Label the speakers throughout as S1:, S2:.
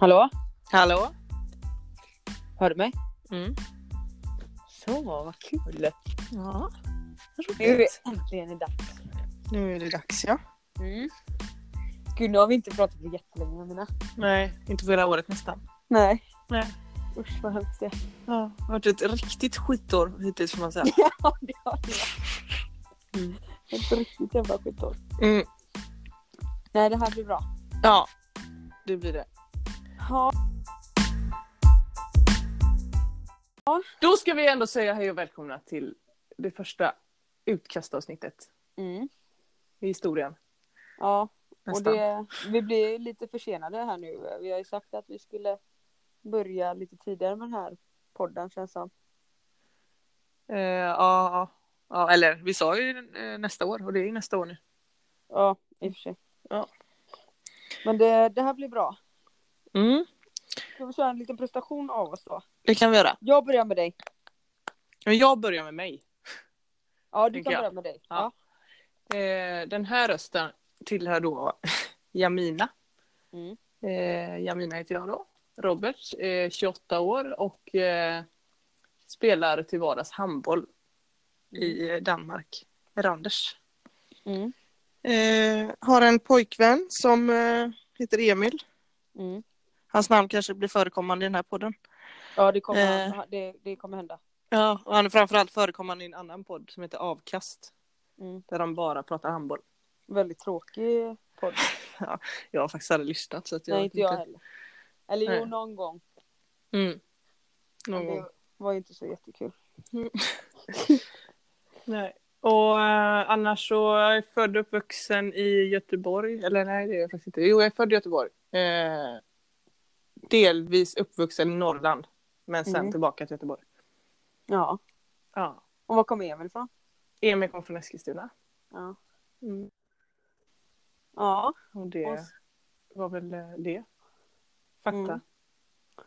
S1: Hallå?
S2: Hallå?
S1: Hör du mig?
S2: Mm.
S1: Så, vad kul.
S2: Ja,
S1: Nu är det
S2: roligt.
S1: äntligen i dags.
S2: Nu är det dags ja.
S1: Mm. Gud, nu har vi inte pratat på jättelänge med mina.
S2: Nej, inte för hela året nästan.
S1: Nej.
S2: Nej.
S1: Usch vad hemskt det är.
S2: Ja, det har varit ett riktigt skitår hittills får man säga.
S1: Ja, det har det.
S2: Mm.
S1: Ett riktigt jävla skitår.
S2: Mm.
S1: Nej, det här blir bra.
S2: Ja, det blir det.
S1: Ja.
S2: Då ska vi ändå säga hej och välkomna till det första utkastavsnittet
S1: Mm.
S2: i historien.
S1: Ja, och
S2: Nästan.
S1: det, vi blir lite försenade här nu. Vi har ju sagt att vi skulle börja lite tidigare med den här podden känns som.
S2: Eh, ja, ja, eller vi sa ju eh, nästa år och det är ju nästa år nu.
S1: Ja, i och för sig.
S2: Ja.
S1: Men det, det här blir bra.
S2: Mm,
S1: Ska vi köra en liten prestation av oss då?
S2: det kan vi göra.
S1: Jag börjar med dig.
S2: Men jag börjar med mig.
S1: Ja, du
S2: Tänker
S1: kan
S2: jag.
S1: börja med dig.
S2: Ja. Eh, den här rösten tillhör då Jamina.
S1: Mm.
S2: Eh, Jamina heter jag då. Robert, eh, 28 år och eh, spelar till vardags handboll i eh, Danmark. Randers.
S1: Mm.
S3: Eh, har en pojkvän som eh, heter Emil.
S1: Mm.
S3: Hans namn kanske blir förekommande i den här podden.
S1: Ja, det kommer,
S3: Eh.
S1: det, det kommer hända.
S3: Ja, och han är framförallt förekommande i en annan podd som heter Avkast.
S1: Mm.
S3: Där de bara pratar handboll.
S1: Väldigt tråkig podd.
S3: Jag har faktiskt aldrig lyssnat så att jag
S1: Nej,
S3: vet
S1: inte jag heller. Eller jo,
S3: Nej.
S1: någon gång.
S3: Mm. Någon
S1: Men
S2: Alltså,
S3: gång.
S1: det var ju inte så jättekul.
S2: Nej. Och eh, annars så är jag född och uppvuxen i Göteborg. Eller nej, det är jag faktiskt inte. Jo, jag är född i Göteborg. Eh, delvis uppvuxen i Norrland. Men sen
S1: Mm.
S2: tillbaka till Göteborg.
S1: Ja.
S2: Ja.
S1: Och var kom Emil ifrån?
S2: Emil kom från Eskilstuna.
S1: Ja.
S2: Mm.
S1: ja.
S2: Och
S1: Och
S2: det
S1: s-
S2: var väl eh, det. Fakta.
S1: Mm.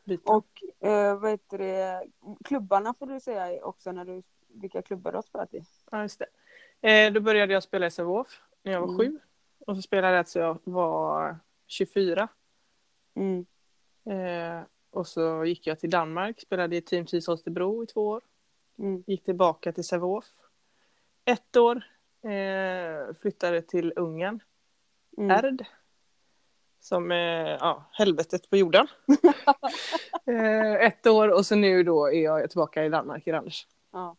S2: Biten.
S1: Och eh, vad heter det? Klubbarna får du säga också när du, vilka klubbar du har spelat i.
S2: Ja, just det. Eh, då började jag spela i Sävehof när jag var
S1: Mm.
S2: sju. Och så spelade jag tills jag var 24.
S1: Mm.
S2: Eh, och så gick jag till Danmark, spelade i Team TIS Holstebro i två år.
S1: Mm.
S2: Gick tillbaka till Sävehof. Ett år. Eh, flyttade till Ungern,
S1: Mm.
S2: Erd. Som, eh, ja, helvetet på jorden. eh, ett år och så nu då är jag tillbaka i Danmark, i Randers.
S1: Ja.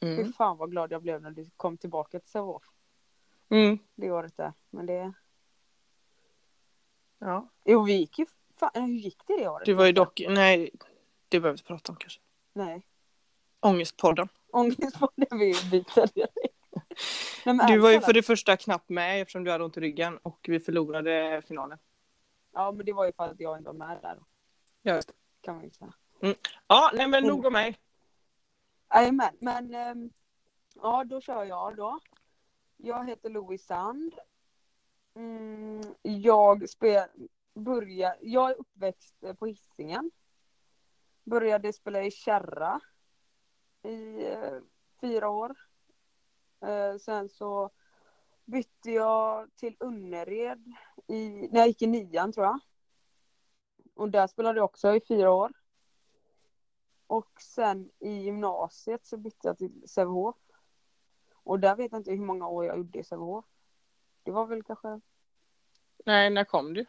S2: Mm.
S1: Fy fan vad glad jag blev när du kom tillbaka till Sävehof
S2: Mm.
S1: det året där. Men det...
S2: Ja.
S1: Jo, vi gick ju... Fan, hur gick det det året?
S2: Du var ju dock, nej, det behöver vi inte prata om kanske.
S1: Nej.
S2: Ångestpodden.
S1: Ångest var det vi byter direkt. Nej, men
S2: Du
S1: ärligt
S2: var ju
S1: talat.
S2: för det första knappt med eftersom du hade ont i ryggen och vi förlorade finalen.
S1: Ja, men det var ju för att jag inte var med där.
S2: Ja, just det.
S1: Kan man ju säga.
S2: ja nej men
S1: Mm.
S2: nog om mig.
S1: Jajamän, men... ehm, Ja, då kör jag då. Jag heter Louise Sand. Mm, jag spel, börjar, jag är uppväxt eh, på Hisingen. Började spela i kärra i eh, fyra år. Eh, sen så bytte jag till Önnered i, när jag gick i nian tror jag. Och där spelade jag också i fyra år. Och sen i gymnasiet så bytte jag till Sävehof. Och där vet jag inte hur många år jag gjorde i Sävehof. Det var väl kanske
S2: Nej, när kom du?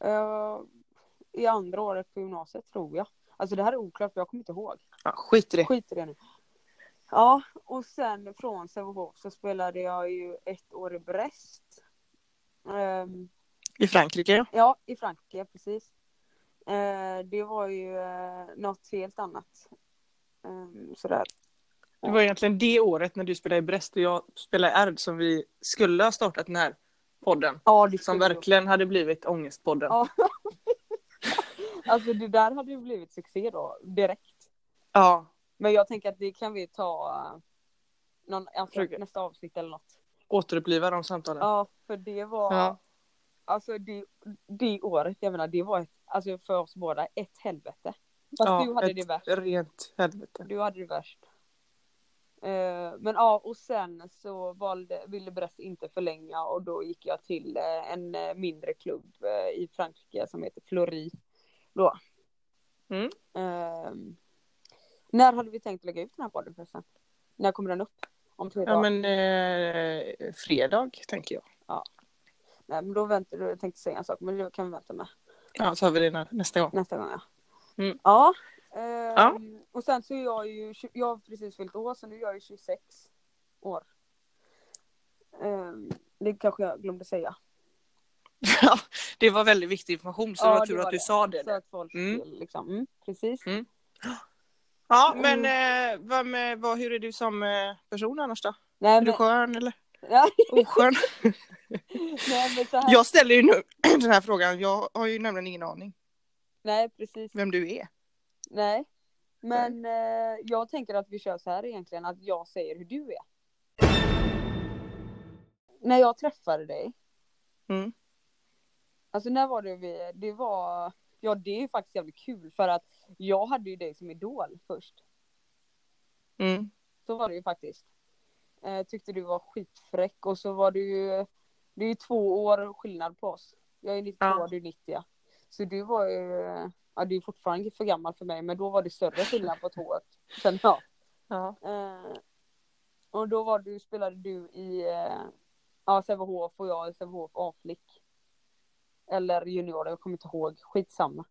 S1: eh, i andra året på gymnasiet tror jag. Alltså det här är oklart för jag kommer inte ihåg.
S2: Ja, skit i det.
S1: Skit i det nu. Ja, och sen från Sävehof så spelade jag ju ett år i Brest. Ehm,
S3: I Frankrike.
S1: Ja, i Frankrike, precis. Eh, det var ju eh, något helt annat. Um, sådär.
S2: Det var egentligen det året när du spelade i Brest och jag spelade i Erd som vi skulle ha startat den här podden.
S1: Ja, det
S2: Som
S1: skulle jag.
S2: verkligen hade blivit Ångestpodden.
S1: Ja. Alltså det där hade ju blivit succé då, direkt.
S2: Ja.
S1: Men jag tänker att det kan vi ta eh, någon, alltså,
S2: Försöker.
S1: nästa avsnitt eller något.
S2: Återuppliva de samtalen.
S1: Ja, för det var,
S2: Ja.
S1: alltså det, det året, jag menar det var, ett, alltså för oss båda, ett helvete. Fast
S2: Ja,
S1: du hade
S2: ett
S1: det värst.
S2: Rent helvete.
S1: Du hade det värst. Eh, men ja, och sen så valde, ville Brest inte förlänga och då gick jag till eh, en eh, mindre klubb eh, i Frankrike som heter Flori. Då.
S2: Mm.
S1: Ehm, när hade vi tänkt lägga ut den här podden förresten? När kommer den upp? Om två dagar?
S2: Ja, men eh, fredag tänker jag.
S1: Nej, men då väntar du. Jag tänkte säga en sak, men det kan vi vänta med.
S2: Ja, så har vi det nä- nästa gång.
S1: Nästa gång ja.
S2: Mm.
S1: Ja. ehm, Och sen så är jag ju, tju- jag har precis fyllt år så nu är jag ju 26 år. Ehm, det kanske jag glömde säga.
S2: Ja, det var väldigt viktig information så
S1: Ja,
S2: det var
S1: det
S2: tur
S1: var
S2: att du
S1: det.
S2: sa det.
S1: Så att folk
S2: Mm.
S1: vill liksom, mm, precis.
S2: Mm. Ja, men eh, vem, eh, vad, hur är du som eh, person annars då?
S1: Nej
S2: Är du
S1: men,
S2: skön eller
S1: nej,
S2: oskön?
S1: nej men så här,
S2: Jag ställer ju nu den här frågan, jag har ju nämligen ingen aning
S1: nej precis,
S2: vem du är.
S1: nej. Men eh, jag tänker att vi kör så här egentligen, att jag säger hur du är. När jag träffade dig,
S2: Mm.
S1: Alltså när var det vi, det var, ja det är ju faktiskt jävligt kul för att jag hade ju dig som idol först.
S2: Mm.
S1: Så var det ju faktiskt. Eh, tyckte du var skitfräck och så var du ju, det är ju två år skillnad på oss. Jag är 92
S2: Ja.
S1: och du är 90. Så du var ju, ja du är fortfarande för gammal för mig men då var det större skillnad på två år. Sen ja.
S2: Ja.
S1: Eh, och då var du, spelade du i eh, ja, Sävehof och jag i Sävehof A-flick. Eller junior, jag kommer inte ihåg. Skitsamma.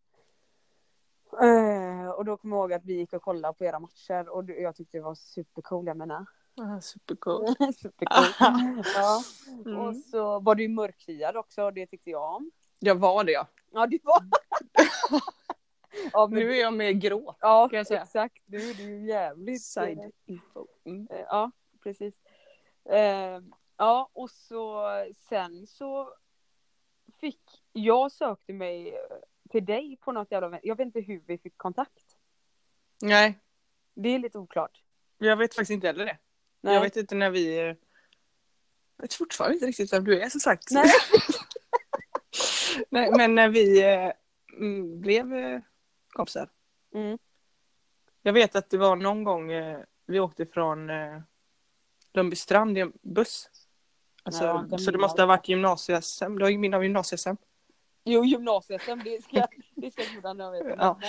S1: Eh, och då kommer jag ihåg att vi gick och kollade på era matcher och du, jag tyckte det var supercool, jag menar.
S2: Ah, Supercool.
S1: supercool. ja.
S2: Mm.
S1: Och så var du ju mörkhyad också och det tyckte jag om.
S2: Jag var det ja.
S1: Ja, du var... ja, men,
S2: Nu är jag mer grå.
S1: ja
S2: kan jag säga.
S1: exakt. Du, du är ju jävligt...
S2: Side info. Mm.
S1: Eh, Ja, precis. Eh, Ja, och så sen så fick jag sökte mig eh, till dig på något jävla Jag vet inte hur vi fick kontakt.
S2: Nej,
S1: Det är lite oklart.
S2: jag vet faktiskt inte heller det.
S1: Nej.
S2: Jag vet inte när vi... eh, Jag vet fortfarande inte riktigt vem du är som sagt.
S1: Nej.
S2: Nej, men när vi eh, mm, blev eh, kompisar.
S1: Mm.
S2: Jag vet att det var någon gång eh, vi åkte från eh, Lundbystrand i en buss. Alltså,
S1: Nej, jag har inte
S2: så det
S1: minne
S2: måste
S1: av
S2: ha varit gymnasie-SM. Du har ju minne av gymnasie-SM.
S1: Jo, gymnasiet, sen, det ska, det ska gudarna veta.
S2: Ja.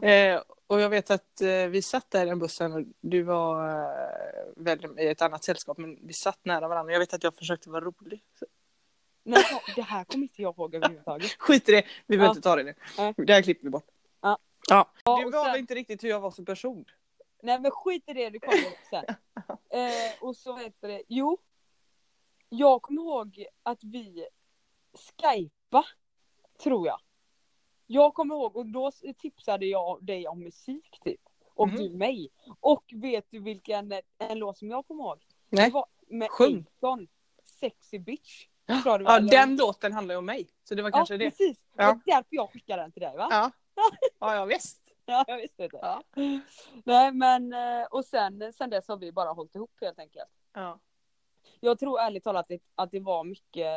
S1: Nej.
S2: Eh, och jag vet att eh, vi satt där i den bussen och du var eh, väl i ett annat sällskap men vi satt nära varandra. Jag vet att jag försökte vara rolig. Så,
S1: Nej, så- det här kommer inte jag ihåg överhuvudtaget.
S2: skit i det, vi behöver
S1: Ja.
S2: inte ta det nu.
S1: Nej.
S2: Det här klipper vi bort.
S1: Ja.
S2: Ja.
S1: Ja,
S2: Du
S1: och
S2: var
S1: sen-
S2: väl inte riktigt hur jag var som person?
S1: Nej men skit i det, du kommer upp sen. Eh, och så heter det, jo. Jag kommer ihåg att vi skypa, tror jag. Jag kommer ihåg och då tipsade jag dig om musik typ. Och
S2: Mhm.
S1: du mig. Och vet du vilken eh, en låt som jag kommer ihåg?
S2: Nej.
S1: Det var med
S2: Sjung.
S1: Akon, Sexy bitch. tror jag det var,
S2: Ja,
S1: eller?
S2: den låten handlar ju om mig. Så det var
S1: Ja,
S2: kanske det.
S1: precis.
S2: Ja.
S1: Det var därför jag skickade den till dig va?
S2: Ja. ja, ja visst.
S1: Ja, jag visste inte.
S2: Ja.
S1: Nej men eh, och sen, sen dess har vi bara hållit ihop helt enkelt.
S2: Ja.
S1: Jag tror ärligt talat att det, att det var mycket,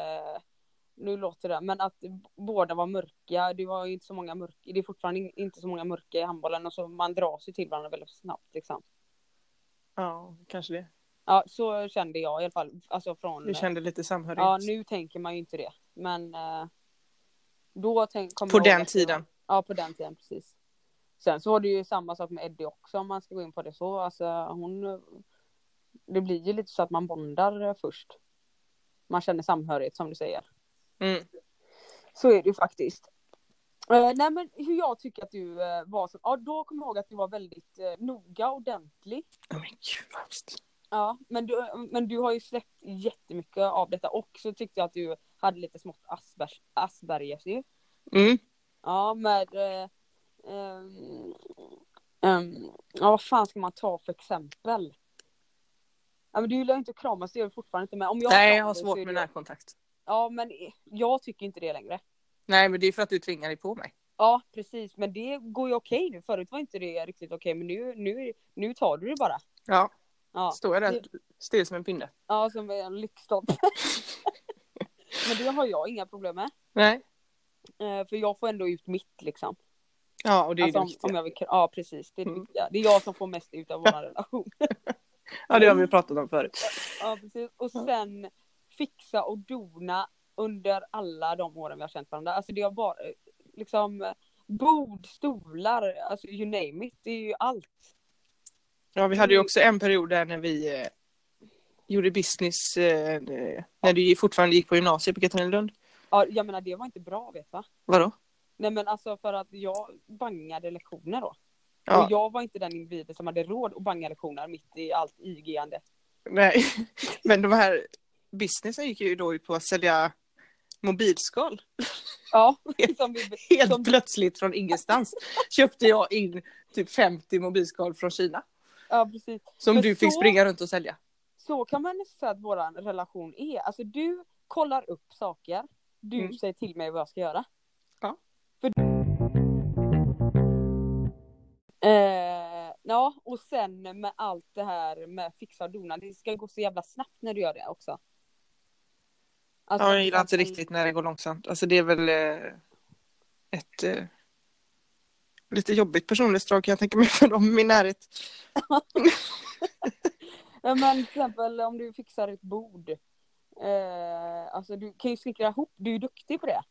S1: nu låter det, men att båda var mörka. Det var ju inte så många mörka, det är fortfarande in- inte så många mörka i handbollen och så man dras ju till varandra väldigt snabbt liksom.
S2: ja, kanske det.
S1: Ja, så kände jag i alla fall. Alltså från...
S2: Vi kände lite samhörighet.
S1: ja, nu tänker man ju inte det. Men eh, då tänk, kom
S2: På
S1: jag ihåg
S2: den
S1: att det var-
S2: tiden.
S1: Ja, på den tiden precis. Sen så var det ju samma sak med Eddie också om man ska gå in på det så. Alltså hon... Det blir ju lite så att man bondar först. Man känner samhörighet som du säger.
S2: Mm.
S1: Så är det ju faktiskt. Eh, nej men hur jag tycker att du eh, var som, ja då kommer jag ihåg att du var väldigt uh, noga och ordentlig.
S2: Oh, men gud vad hemskt.
S1: Ja, men du, men du har ju släppt jättemycket av detta och så tyckte jag att du hade lite smått Aspergers, Aspergers ju.
S2: Mm.
S1: Ja med, eh, ehm, ehm, ja vad fan ska man ta för exempel? Ja men du gillar ju inte att kramas, det gör du fortfarande inte men om jag
S2: Nej,
S1: kramar
S2: jag har
S1: dig
S2: svårt
S1: så är
S2: med
S1: det-
S2: närkontakt.
S1: Ja men jag tycker inte det längre.
S2: Nej, men det är för att du tvingar dig på mig.
S1: Ja precis men det går ju okej nu. Förut var inte det riktigt okej men nu, nu, nu tar du det bara.
S2: Ja,
S1: Ja,
S2: står jag där still som en pinne.
S1: ja som en lyktstolpe. men det har jag inga problem med.
S2: Nej.
S1: Eh, För jag får ändå ut mitt liksom.
S2: Ja, och det är
S1: alltså,
S2: det
S1: om,
S2: viktiga.
S1: om jag vill, ja precis, det är, det
S2: Mm.
S1: viktiga. det är jag som får mest ut av vår relation.
S2: Ja, det har vi pratat om förut.
S1: Ja, precis. Och sen fixa och dona under alla de åren vi har känt varandra. Alltså det har bara, liksom, bord, stolar, alltså you name it, det är ju allt.
S2: Ja, vi hade ju också en period där när vi eh, gjorde business eh, när du fortfarande gick på gymnasiet på Katrinelund.
S1: Ja, jag menar det var inte bra vet va?
S2: Vadå?
S1: Nej men alltså för att jag bangade lektioner då.
S2: Ja,
S1: Och jag var inte den individen som hade råd att banga lektioner mitt i allt IG-ande.
S2: nej. Men de här businessen gick ju då ut på att sälja mobilskal.
S1: Ja, som vi,
S2: Helt
S1: Som-
S2: plötsligt från ingenstans köpte jag in typ 50 mobilskal från Kina
S1: ja precis.
S2: som
S1: Men
S2: du fick
S1: så-
S2: springa runt och sälja.
S1: Så kan man nästan säga att våran relation är. Alltså du kollar upp saker. Du
S2: Mm.
S1: säger till mig vad jag ska göra.
S2: Ja.
S1: För... Eh, ja, och sen med allt det här med fixa och dona. Det ska gå så jävla snabbt när du gör det också. Alltså,
S2: Ja, jag gillar inte
S1: liksom-
S2: riktigt när det går långsamt. Alltså det är väl eh, ett eh, lite jobbigt personlighetsdrag kan jag tänka mig för dem i min närhet.
S1: Ja, men till exempel om du fixar ett bord. Eh, alltså du kan ju snickra ihop, du är ju duktig på det.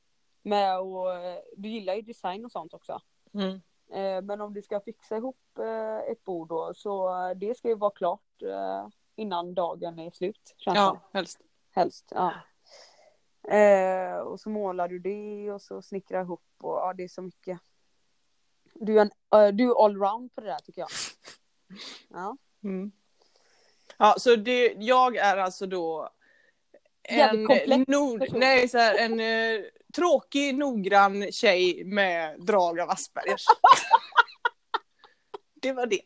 S1: Med och, eh, du gillar ju design och sånt också.
S2: Mm.
S1: Eh, men om du ska fixa ihop eh, ett bord då, så eh, det ska ju vara klart eh, innan dagen är slut. Känns det,
S2: Ja, helst.
S1: helst. Ja. Eh, och så målar du det och så snickrar ihop och ja, det är så mycket. Du är, en, eh, du är allround på det där tycker jag. Ja. Mm.
S2: Ja, så det, jag är alltså då
S1: Jävligt komplex
S2: nord,
S1: person.
S2: nej, så här, en eh, tråkig, noggrann tjej med drag av Aspergers. det var det.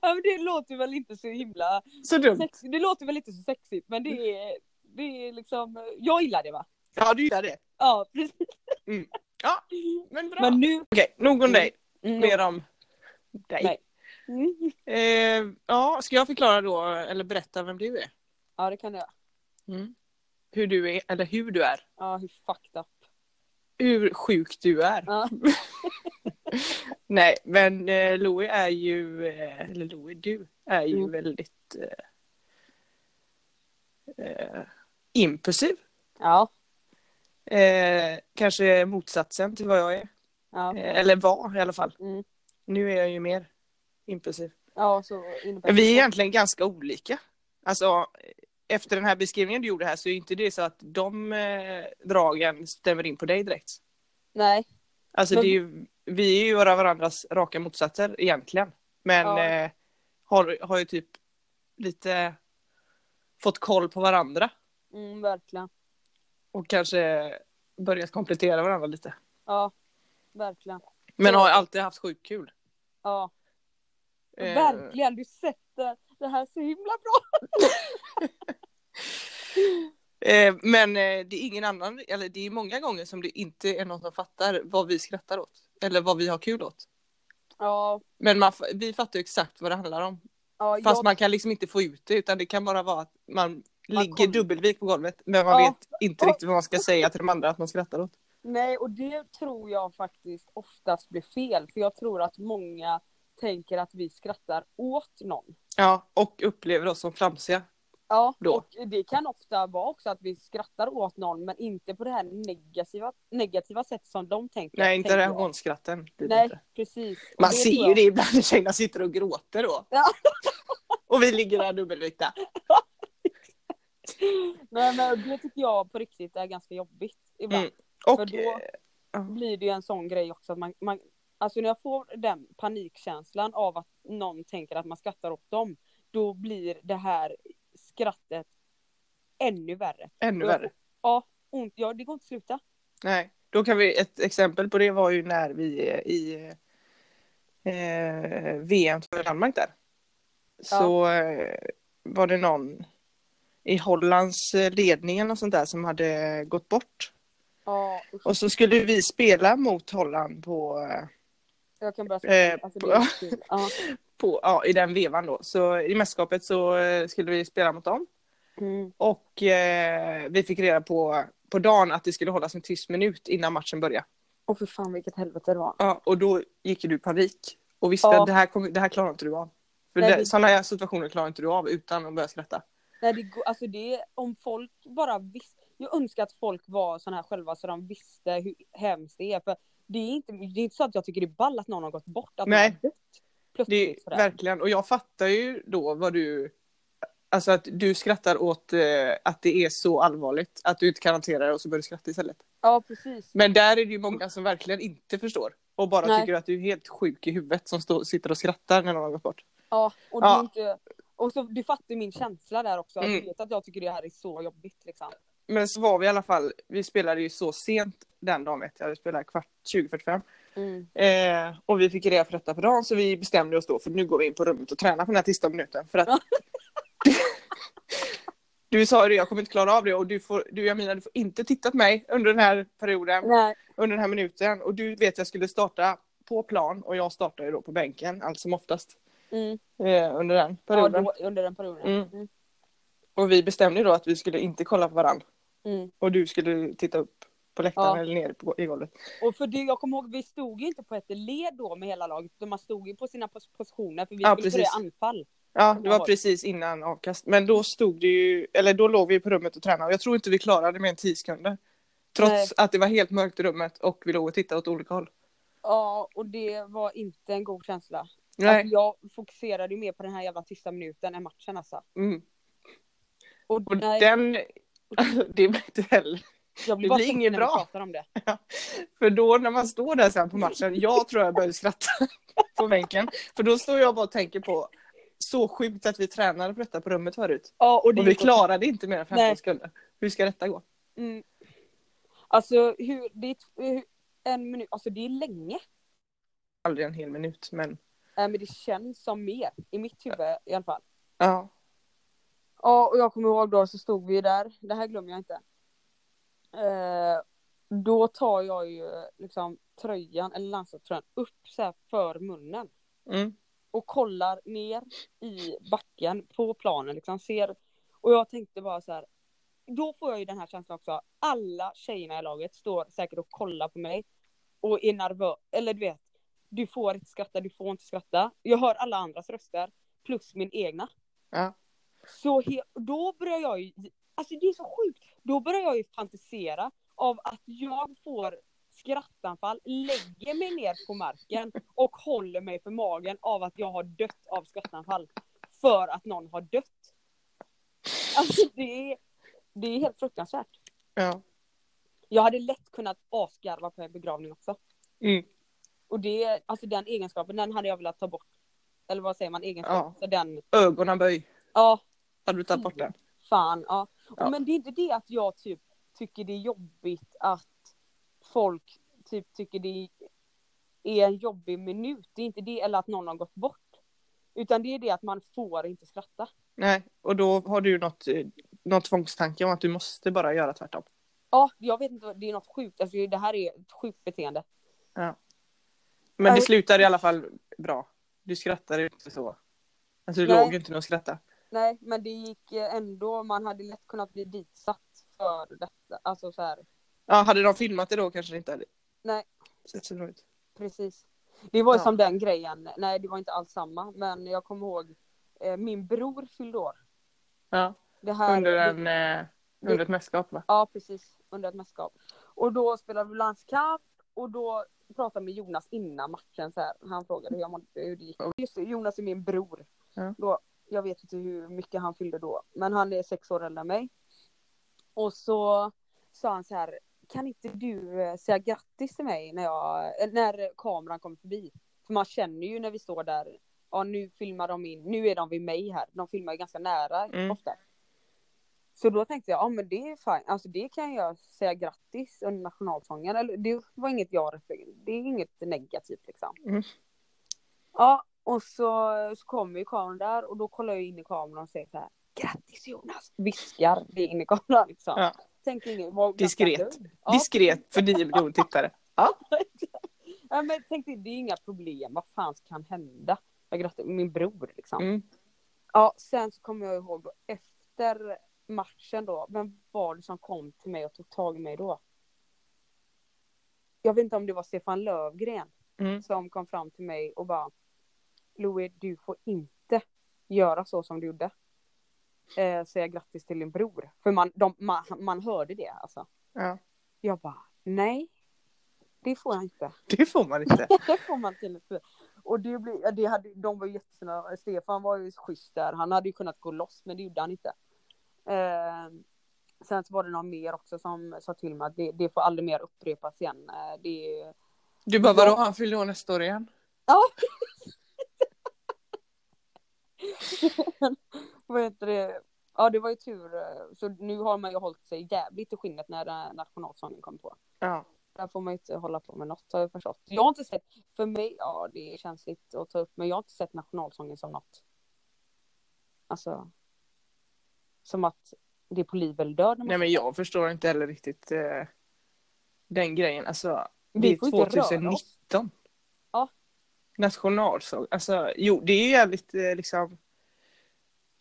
S1: ja men det låter väl inte så himla
S2: Så dumt.
S1: sex, Det låter väl inte så sexigt men det är, det är liksom, jag gillar det va?
S2: Ja, du gillar det.
S1: Ja precis.
S2: Ja, men bra.
S1: Men nu.
S2: Okej, nog om dig.
S1: Mm.
S2: Mer om dig.
S1: Nej. Mm.
S2: Eh, ja, ska jag förklara då, eller berätta vem du är?
S1: Ja det kan jag.
S2: Hur du är, eller hur du är.
S1: Ja hur fucked up.
S2: Hur sjuk du är.
S1: Ja.
S2: Nej, men eh, Louie är ju, eh, eller Louie, du är ju
S1: Mm.
S2: väldigt eh, eh, impulsiv.
S1: Ja.
S2: Eh, kanske motsatsen till vad jag är.
S1: Ja,
S2: Eh, eller var i alla fall.
S1: Mm.
S2: Nu är jag ju mer impulsiv.
S1: ja så innebär
S2: Vi är egentligen ganska olika. Alltså, efter den här beskrivningen du gjorde här så är inte det så att de eh, dragen stämmer in på dig direkt.
S1: Nej,
S2: Alltså
S1: Men-
S2: det är ju, vi är ju våra varandras raka motsatser egentligen. Men
S1: Ja.
S2: eh, har, har ju typ lite fått koll på varandra
S1: mm, verkligen.
S2: och kanske börjat komplettera varandra lite.
S1: Ja, verkligen.
S2: Men
S1: Ja.
S2: har alltid haft sjukt kul.
S1: Ja,
S2: Eh,
S1: verkligen. Du sätter det här så himla bra.
S2: eh, men eh, det är ingen annan, eller det är många gånger som det inte är någon som fattar vad vi skrattar åt. Eller vad vi har kul åt.
S1: Ja,
S2: Men man, fa- vi fattar ju exakt vad det handlar om.
S1: ja,
S2: Fast
S1: jag,
S2: man kan liksom inte få ut det utan det kan bara vara att man,
S1: Man
S2: ligger
S1: kom-
S2: dubbelvikt på golvet men man
S1: Ja.
S2: vet inte riktigt vad man ska säga till de andra att man skrattar åt.
S1: nej, och det tror jag faktiskt oftast blir fel. För jag tror att många tänker att vi skrattar åt någon.
S2: Ja, och upplever oss som flamsiga.
S1: Ja,
S2: Då.
S1: och det kan ofta vara också att vi skrattar åt någon men inte på det här negativa, negativa sätt som de tänker.
S2: Nej, inte
S1: tänker
S2: den här
S1: jag.
S2: hånskratten. blir det
S1: Nej,
S2: inte.
S1: precis. Och
S2: Man
S1: det
S2: ser
S1: tror
S2: ju
S1: jag-
S2: det ibland när tjejerna sitter och gråter då.
S1: Ja.
S2: Och vi ligger där dubbelvikta.
S1: Nej, men det tycker jag på riktigt är ganska jobbigt ibland.
S2: Mm. Och
S1: För då
S2: ja.
S1: blir det ju en sån grej också. Att man, man, alltså när jag får den panikkänslan av att någon tänker att man skrattar åt dem, då blir det här skrattet ännu värre.
S2: ännu värre.
S1: Ja, ont, ja det går inte att sluta.
S2: Nej. Då kan vi, ett exempel på det var ju när vi eh, i eh, VM för Danmark där. Så eh, var det någon i Hollands eh, ledning eller något sånt där som hade gått bort.
S1: Ja, usch,
S2: Och så skulle vi spela mot Holland på, eh,
S1: jag kan börja
S2: eh,
S1: alltså, det
S2: på-
S1: är inte kul. ja.
S2: på ja, i den vevan då. Så i mästerskapet så eh, skulle vi spela mot dem.
S1: mm,
S2: Och eh, vi fick reda på, på dagen att det skulle hållas en tyst minut innan matchen började.
S1: Och för fan vilket helvete det var.
S2: Ja, och då gick ju du i panik och visste
S1: Ja.
S2: att det här, kommer- det här klarar inte du av. För
S1: Nej,
S2: det,
S1: det-
S2: sådana här situationer klarar inte du av utan att börja skratta.
S1: Nej, det, går- alltså det, om folk bara visste. Jag önskar att folk var sådana här själva så de visste hur hemskt det är. För det är inte, det är inte så att jag tycker det är ball att någon har gått bort. Att någon
S2: Nej.
S1: har dött plötsligt.
S2: Det,
S1: sådär.
S2: verkligen. Och jag fattar ju då vad du... Alltså att du skrattar åt eh, att det är så allvarligt. Att du inte kan hantera det och så börjar du skratta istället.
S1: Ja, precis.
S2: Men där är det ju många som verkligen inte förstår. Och bara
S1: Nej.
S2: tycker att du är helt sjuk i huvudet som står, sitter och skrattar när någon har gått bort.
S1: Ja, och, Det
S2: Ja.
S1: är inte, och så, du fattar ju min känsla där också.
S2: Mm.
S1: Du vet att jag tycker det här är så jobbigt liksom.
S2: Men så var vi i alla fall, vi spelade ju så sent den dagen vet jag, vi spelade kvart 20.45. Eh, och vi fick reda på detta på dagen så vi bestämde oss då för nu går vi in på rummet och tränar på den här sista minuten för att Du sa ju det, jag kommer inte klara av det och du får, du jag menar, du får inte titta på mig under den här perioden,
S1: Nej.
S2: under den här minuten. Och du vet jag skulle starta på plan och jag startar ju då på bänken allt som oftast
S1: Mm.
S2: eh, under den
S1: Ja,
S2: perioden.
S1: då, under den perioden.
S2: Mm.
S1: Mm.
S2: Och vi bestämde ju då att vi skulle inte kolla på varandra
S1: Mm.
S2: och du skulle titta upp på läktaren
S1: Ja.
S2: eller ner på, i golvet.
S1: Och för det, jag kommer ihåg, vi stod ju inte på ett led då med hela laget. utan Man stod ju på sina pos- positioner för vi
S2: Ja,
S1: skulle
S2: precis.
S1: börja anfall.
S2: Ja,
S1: Kommer
S2: det
S1: jag
S2: var
S1: ihåg.
S2: precis innan avkast. Men då stod det ju, eller då låg vi på rummet och tränade och jag tror inte vi klarade mer än 10 sekunder. Trots
S1: Nej.
S2: att det var helt mörkt i rummet och vi låg och tittade åt olika håll.
S1: Ja, och det var inte en god känsla.
S2: Nej.
S1: Alltså, jag fokuserade ju mer på den här jävla sista minuten än matchen alltså.
S2: Mm.
S1: Och,
S2: Och
S1: nej,
S2: den, det blev inte heller.
S1: jag blir
S2: det
S1: bara
S2: blir
S1: trött
S2: inget
S1: när
S2: bra.
S1: vi pratar om det.
S2: För då när man står där sen på matchen, jag tror jag började skratta på bänken. För då står jag bara och tänker på, så sjukt att vi tränade på detta på rummet förut.
S1: Ja, och det
S2: Och vi
S1: gick åt-
S2: klarade inte mer än 15
S1: Nej.
S2: sekunder. Hur ska detta gå?
S1: Mm. Alltså, hur, det är, t- hur, en minut, alltså det är länge.
S2: Aldrig en hel minut, men
S1: Eh, Men det känns som mer, i mitt huvud i alla fall.
S2: ja.
S1: Ja, och jag kommer ihåg då så stod vi där, det här glömmer jag inte. Eh, då tar jag ju liksom tröjan, eller landslagströjan, upp så här för munnen.
S2: Mm.
S1: och kollar ner i backen på planen liksom ser och jag tänkte bara så här då får jag ju den här känslan också alla tjejerna i laget står säkert och kollar på mig och är nervös eller du vet du får inte skratta du får inte skratta jag hör alla andras röster plus min egna
S2: Ja.
S1: så he- då börjar jag ju alltså det är så sjukt då börjar jag ju fantisera av att jag får skrattanfall, lägger mig ner på marken och håller mig för magen av att jag har dött av skrattanfall. För att någon har dött. Alltså det är, det är helt fruktansvärt.
S2: ja.
S1: Jag hade lätt kunnat asgarva på en begravning också.
S2: Mm.
S1: Och det, alltså den egenskapen, den hade jag velat ta bort. Eller vad säger man, egenskap?
S2: Ja.
S1: Så den,
S2: Ögonaböj.
S1: ja
S2: Hade du tagit bort den?
S1: Fan, ja. Och
S2: Ja.
S1: Men det är inte det att jag typ tycker det är jobbigt att folk typ tycker det är en jobbig minut. Det är inte det, eller att någon har gått bort. Utan det är det att man får inte skratta.
S2: Nej, och då har du ju något, eh, någon tvångstanke om att du måste bara göra tvärtom.
S1: Ja, jag vet inte, vad- det är något sjukt. Alltså det här är ett sjukt beteende.
S2: Men det
S1: Nej.
S2: slutade i alla fall bra. Du skrattade inte så. Alltså du
S1: Nej.
S2: låg ju inte ner och skrattade.
S1: Nej, men det gick eh, ändå, man hade lätt kunnat bli ditsatt för detta. Alltså så här,
S2: Ja, hade de filmat det då kanske det inte hade
S1: Nej.
S2: sett så bra ut.
S1: Precis. Det var ju
S2: Ja.
S1: som den grejen. Nej, det var inte alls samma. Men jag kommer ihåg, eh, min bror fyllde år.
S2: Ja,
S1: Det här,
S2: under,
S1: det-
S2: en, eh, under ett mästerskap va?
S1: Ja, precis. Under ett mästerskap. Och då spelade vi landskamp och då pratade jag med Jonas innan matchen. Så här. Han frågade hur, jag mådde, hur det gick. Just det, Jonas är min bror.
S2: Ja.
S1: Då, jag vet inte hur mycket han fyllde då, men han är sex år äldre än mig. Och så sa han så här, kan inte du eh, säga grattis till mig när, jag, eh, när kameran kommer förbi? För man känner ju när vi står där, ja nu filmar de in, nu är de vid mig här. De filmar ju ganska nära
S2: Mm.
S1: ofta. Så då tänkte jag, ja men det är fine. Alltså det kan jag säga grattis under nationalsången. Eller, det var inget jag reflekterade Det är inget negativt liksom.
S2: Mm.
S1: Ja, och så, så kommer ju kameran där och då kollar jag in i kameran och säger så här. Grattis Jonas! Viskar det in i kameran liksom.
S2: Ja.
S1: Tänk inget, var ganska
S2: Diskret.
S1: lugn. Ja,
S2: Diskret för 9 miljoner tittare.
S1: ja, men tänkte det är inga problem. Vad fan kan hända? Jag grattar min bror liksom.
S2: Mm.
S1: Ja, sen så kommer jag ihåg då efter matchen då, vem var det som kom till mig och tog tag i mig då? Jag vet inte om det var Stefan Lövgren
S2: Mm.
S1: som kom fram till mig och bara Louis, du får inte göra så som du gjorde. Eh, säga grattis till din bror. För man, de, man, man hörde det alltså.
S2: Ja.
S1: Jag bara, nej. Det får jag inte.
S2: Det får man inte.
S1: Det får man till Och det blev, ja, det hade, de var ju jättesnälla. Stefan var ju schysst där. Han hade ju kunnat gå loss, men det gjorde han inte. Eh, sen så var det någon mer också som sa till mig att det, det får aldrig mer upprepas igen. Eh, det är
S2: Du bara, vadå, han fyller år nästa år igen.
S1: Vad heter det? Ja, det var ju tur. eh, Så nu har man ju hållit sig jävligt i skinnet när eh, nationalsången kom på.
S2: Ja.
S1: Där får man ju inte hålla på med något har jag förstått. Jag har inte sett, för mig, ja det är känsligt att ta upp, men jag har inte sett nationalsången som något. Alltså. Som att det är på liv eller död. när man-
S2: Nej men jag förstår inte heller riktigt eh, den grejen. Alltså, det
S1: Vi
S2: är
S1: får inte röra oss.
S2: 2019.
S1: Ja.
S2: Nationalsång. Alltså, jo, det är ju jävligt eh, liksom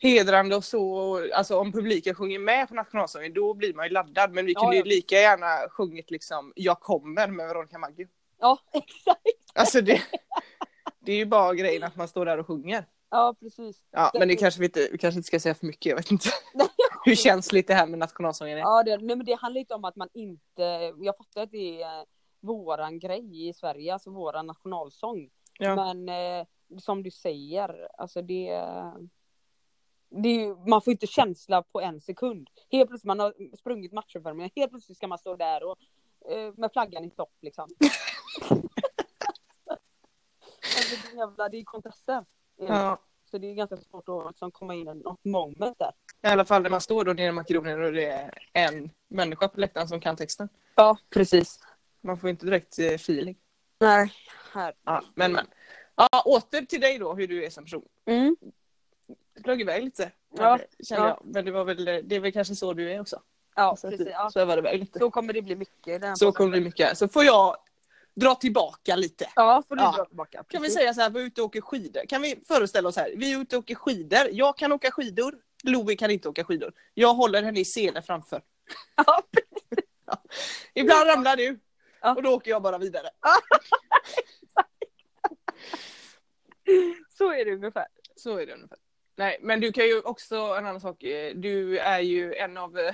S2: hedrande och så. Och, Alltså om publiken sjunger med på nationalsången då blir man ju laddad. Men vi
S1: Ja,
S2: kunde ju
S1: ja.
S2: lika gärna sjungit liksom Jag kommer med Veronica Maggio.
S1: Ja, exakt.
S2: Alltså det, det är ju bara grejen att man står där och sjunger.
S1: Ja, precis.
S2: Ja, men det kanske vi inte, vi kanske inte ska säga för mycket. Jag vet inte
S1: Nej.
S2: hur känsligt det här med nationalsången är.
S1: Ja, det, nej, men det handlar inte om att man inte, jag fattar att det är eh, våran grej i Sverige, alltså våran nationalsång.
S2: Ja.
S1: Men eh, som du säger, alltså det, det är ju, man får inte känsla på en sekund. Helt plötsligt, man har sprungit matcher för mig, helt plötsligt ska man stå där och eh, med flaggan i topp liksom. alltså, det, är jävla, det är kontraster. Eh,
S2: Ja.
S1: Så det är ganska svårt att liksom, komma in i något moment där.
S2: I alla fall när man står då nere i Makedonien och det är en människa på läktaren som kan texten.
S1: Ja, precis.
S2: Man får inte direkt eh, feeling.
S1: Nej, här.
S2: Ja, men men. Ja, åter till dig då, hur du är som person.
S1: Mm.
S2: Du flög iväg lite.
S1: Ja,
S2: kände
S1: ja.
S2: jag. Men det, var väl, det är väl kanske så du är också.
S1: Ja,
S2: Alltså, typ Så att
S1: precis.
S2: du
S1: Ja.
S2: svävar iväg lite.
S1: Så kommer det bli mycket. i Den här
S2: Så
S1: podden.
S2: kommer det mycket. Så får jag dra tillbaka lite.
S1: Ja, får du
S2: Ja.
S1: dra tillbaka.
S2: Kan vi
S1: Precis.
S2: säga så här, vi är ute och åker skidor. Kan vi föreställa oss här, vi är ute och åker skidor. Jag kan åka skidor, Louie kan inte åka skidor. Jag håller henne i sele framför.
S1: Ja,
S2: Ibland ramlar du
S1: Ja.
S2: och då åker jag bara vidare.
S1: så är det ungefär.
S2: Så är det ungefär. Nej, men du kan ju också, en annan sak, eh, du är ju en av eh,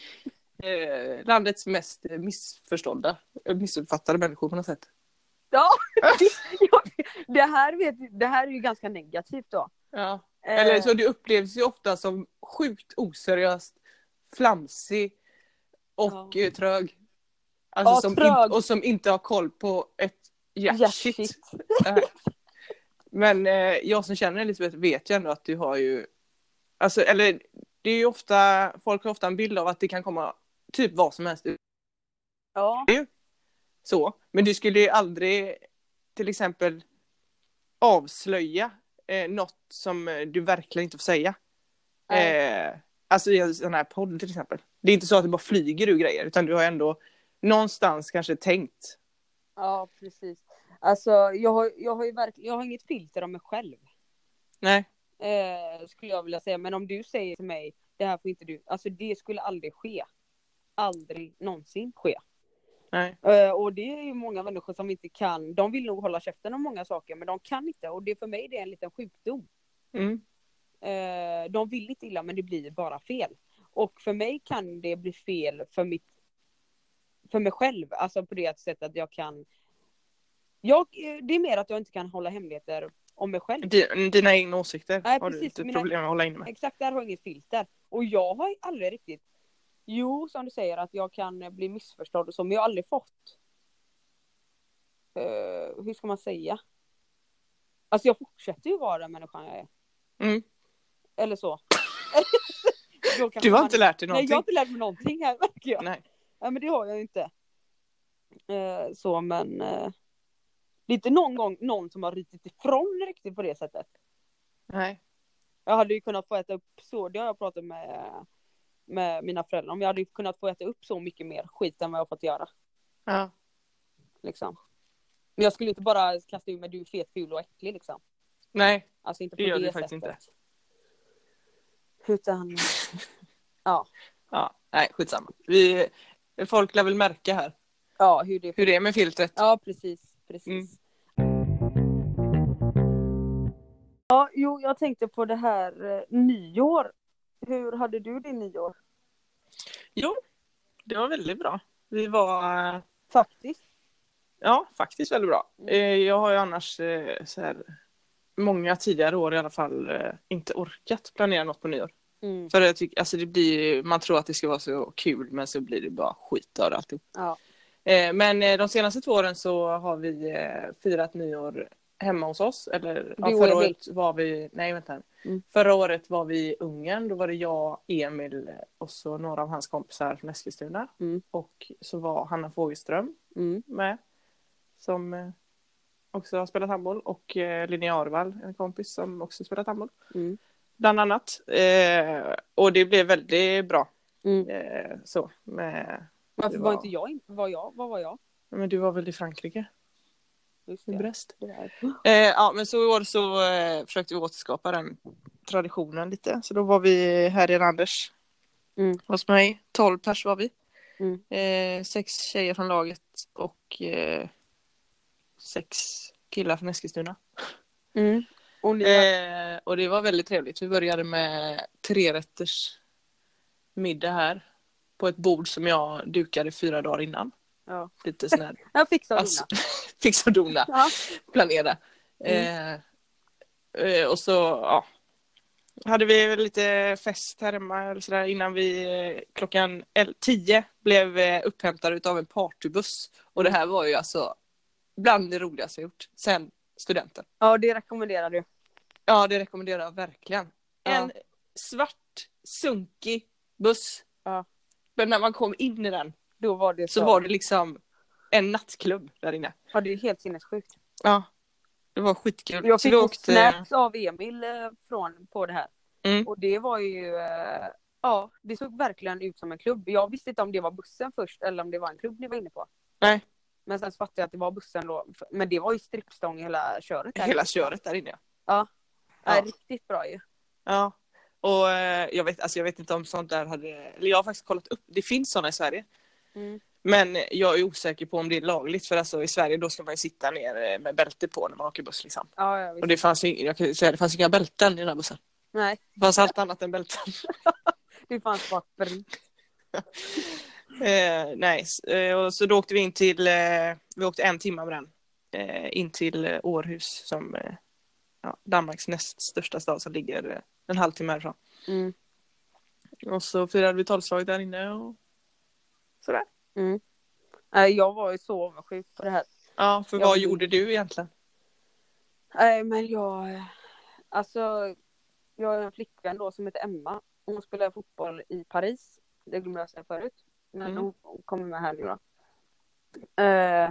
S2: eh, landets mest missförstådda, eh, missuppfattade människor på något sätt.
S1: Ja, det, här vet, det här är ju ganska negativt då.
S2: Ja.
S1: Eh,
S2: Eller så du upplevs ju ofta som sjukt oseriöst, flamsig och eh, trög. Alltså
S1: Ja,
S2: som
S1: trög.
S2: inte- och som inte har koll på ett hjärtshit.
S1: hjärtshit.
S2: Eh, Men eh, jag som känner Elisabeth vet ju ändå att du har ju, alltså eller det är ju ofta, folk har ofta en bild av att det kan komma typ vad som helst ut
S1: Ja,
S2: så. Men du skulle ju aldrig till exempel avslöja eh, något som eh, du verkligen inte får säga. Eh, alltså i en sån här podd till exempel. Det är inte så att du bara flyger ur grejer utan du har ändå någonstans kanske tänkt.
S1: ja precis. Alltså, jag har, jag har ju verkligen, jag har inget filter om mig själv.
S2: Nej.
S1: Eh, skulle jag vilja säga. Men om du säger till mig, det här får inte du. Alltså det skulle aldrig ske. Aldrig någonsin ske.
S2: Nej.
S1: Eh, Och det är ju många människor som inte kan, de vill nog hålla käften om många saker men de kan inte och det för mig det är en liten sjukdom.
S2: Mm.
S1: Eh, De vill inte illa men det blir bara fel. Och för mig kan det bli fel för mitt för mig själv, alltså på det sättet att jag kan jag, eh, Det är mer att jag inte kan hålla hemligheter om mig själv.
S2: Di- Dina egna åsikter
S1: Nej,
S2: har du
S1: precis.
S2: inte
S1: Mina-
S2: problem med att hålla inne med.
S1: Exakt, där har jag inget filter. Och jag har ju aldrig riktigt... Jo, som du säger, att jag kan eh, bli missförstådd och så, men jag har aldrig fått... Eh, hur ska man säga? Alltså jag fortsätter ju vara den människan jag är.
S2: Mm.
S1: Eller så. Då kanske
S2: Du har
S1: man-
S2: inte lärt dig
S1: Nej,
S2: någonting.
S1: jag har inte lärt mig någonting här, verkar jag.
S2: Nej.
S1: Nej, men det har jag ju inte. Eh, så, men... Eh, det är inte någon gång någon som har ritit ifrån riktigt på det sättet.
S2: Nej.
S1: Jag hade ju kunnat få äta upp så, det har jag pratat med, med mina föräldrar om. Jag hade ju kunnat få äta upp så mycket mer skit än vad jag har fått göra.
S2: Ja.
S1: Liksom. Men jag skulle inte bara kasta ur mig du är fet, ful och äcklig liksom.
S2: Nej.
S1: Alltså inte på
S2: Det
S1: det,
S2: gör du
S1: sättet.
S2: faktiskt
S1: Utan,
S2: Ja. Nej, skitsamma. Vi... Folk lär väl märka här
S1: ja hur det...
S2: hur det är med filtret.
S1: Ja precis, precis. Ja, jo, jag tänkte på det här eh, nyår. Hur hade du din nyår?
S2: Det var väldigt bra. Vi var eh,
S1: Faktiskt.
S2: Ja, faktiskt väldigt bra.
S1: Mm.
S2: Eh, Jag har ju annars eh, så här, många tidigare år i alla fall eh, inte orkat planera något på nyår. För jag tycker, alltså det blir, man tror att det ska vara så kul men så blir det bara skit av det alltihop.
S1: Ja.
S2: Eh, Men eh, de senaste två åren så har vi eh, firat nyår hemma hos oss. Eller, ja,
S1: Du och
S2: förra
S1: Emil.
S2: året var vi, nej vänta.
S1: Mm.
S2: Förra året var vi i Ungern, då var det jag, Emil eh, och så några av hans kompisar från Eskilstuna.
S1: Mm.
S2: Och så var Hanna Fogelström med. Som eh, också har spelat handboll. Och eh, Linnea Arvall, en kompis som också spelat handboll.
S1: Mm.
S2: Bland annat. Eh, och det blev väldigt bra.
S1: Mm.
S2: Eh, så. Med,
S1: Varför
S2: Det
S1: var
S2: var-
S1: inte jag in- var jag? Vad var jag?
S2: men du var väl i Frankrike?
S1: Just
S2: I
S1: det.
S2: Brest?
S1: det där.
S2: Eh, ja, men så i år så eh, försökte vi återskapa den traditionen lite. Så då var vi här i Randers.
S1: Mm.
S2: Hos mig. 12 pers var vi.
S1: Mm.
S2: Eh, sex tjejer från laget och eh, sex killar från Eskilstuna.
S1: Mm. Och ni hade-
S2: Eh, och det var väldigt trevligt. Vi började med trerätters middag här. På ett bord som jag dukade fyra dagar innan.
S1: ja.
S2: Lite sån här
S1: Jag fixade
S2: alltså, fixa och dona,
S1: Ja. Mm.
S2: planera. Eh, eh, och så ja, hade vi väl lite fest här hemma eller så där, innan vi eh, klockan el- 10 blev eh, upphämtade av en partybuss. Och
S1: Mm.
S2: det här var ju alltså bland det roligaste jag gjort sen studenten.
S1: Ja, det rekommenderar du.
S2: Ja, det rekommenderar jag verkligen.
S1: Ja.
S2: En svart, sunkig buss.
S1: Ja.
S2: Men när man kom in i den
S1: Då var det
S2: så var det liksom en nattklubb där inne.
S1: Ja, det är helt sinnessjukt.
S2: Ja. Det var skitkul.
S1: Jag
S2: Så
S1: fick
S2: vi
S1: åkt... snaps av Emil eh, från, på det här.
S2: Mm.
S1: Och det var ju... eh, Ja, det såg verkligen ut som en klubb. Jag visste inte om det var bussen först eller om det var en klubb ni var inne på.
S2: Nej.
S1: Men sen så fattade jag att det var bussen då. Men det var ju strippstång hela köret. där.
S2: Hela köret där inne.
S1: Nej,
S2: ja.
S1: Riktigt bra ju.
S2: Ja. Och eh, jag vet, alltså jag vet inte om sånt där hade... Eller jag har faktiskt kollat upp. Det finns såna i Sverige.
S1: Mm.
S2: Men jag är osäker på om det är lagligt. För alltså i Sverige då ska man ju sitta ner eh, med bälte på när man åker buss. Liksom.
S1: Ja, jag visste.
S2: Och det fanns, ju- jag kan ju säga, det fanns inga bälten i den här bussen.
S1: Nej,
S2: Det fanns allt annat än bälten.
S1: det fanns bara sprit.
S2: Eh, nej, s- eh, och så då åkte vi in till, eh, vi åkte en timme med den. Eh, in till eh, Århus som eh, ja, Danmarks näst största stad som ligger eh, en halvtimme härifrån.
S1: Mm.
S2: Och så firade vi tolvslaget där inne och sådär.
S1: mm. Nej, jag var ju så avundsjuk på det här.
S2: Ja, för
S1: Ja,
S2: vad
S1: men-
S2: gjorde du egentligen?
S1: Nej, men jag... eh, Alltså, jag har en flickvän då som heter Emma. Hon spelar fotboll i Paris. Det glömde jag säga förut. Men
S2: Mm.
S1: hon kommer med här nu då. Eh,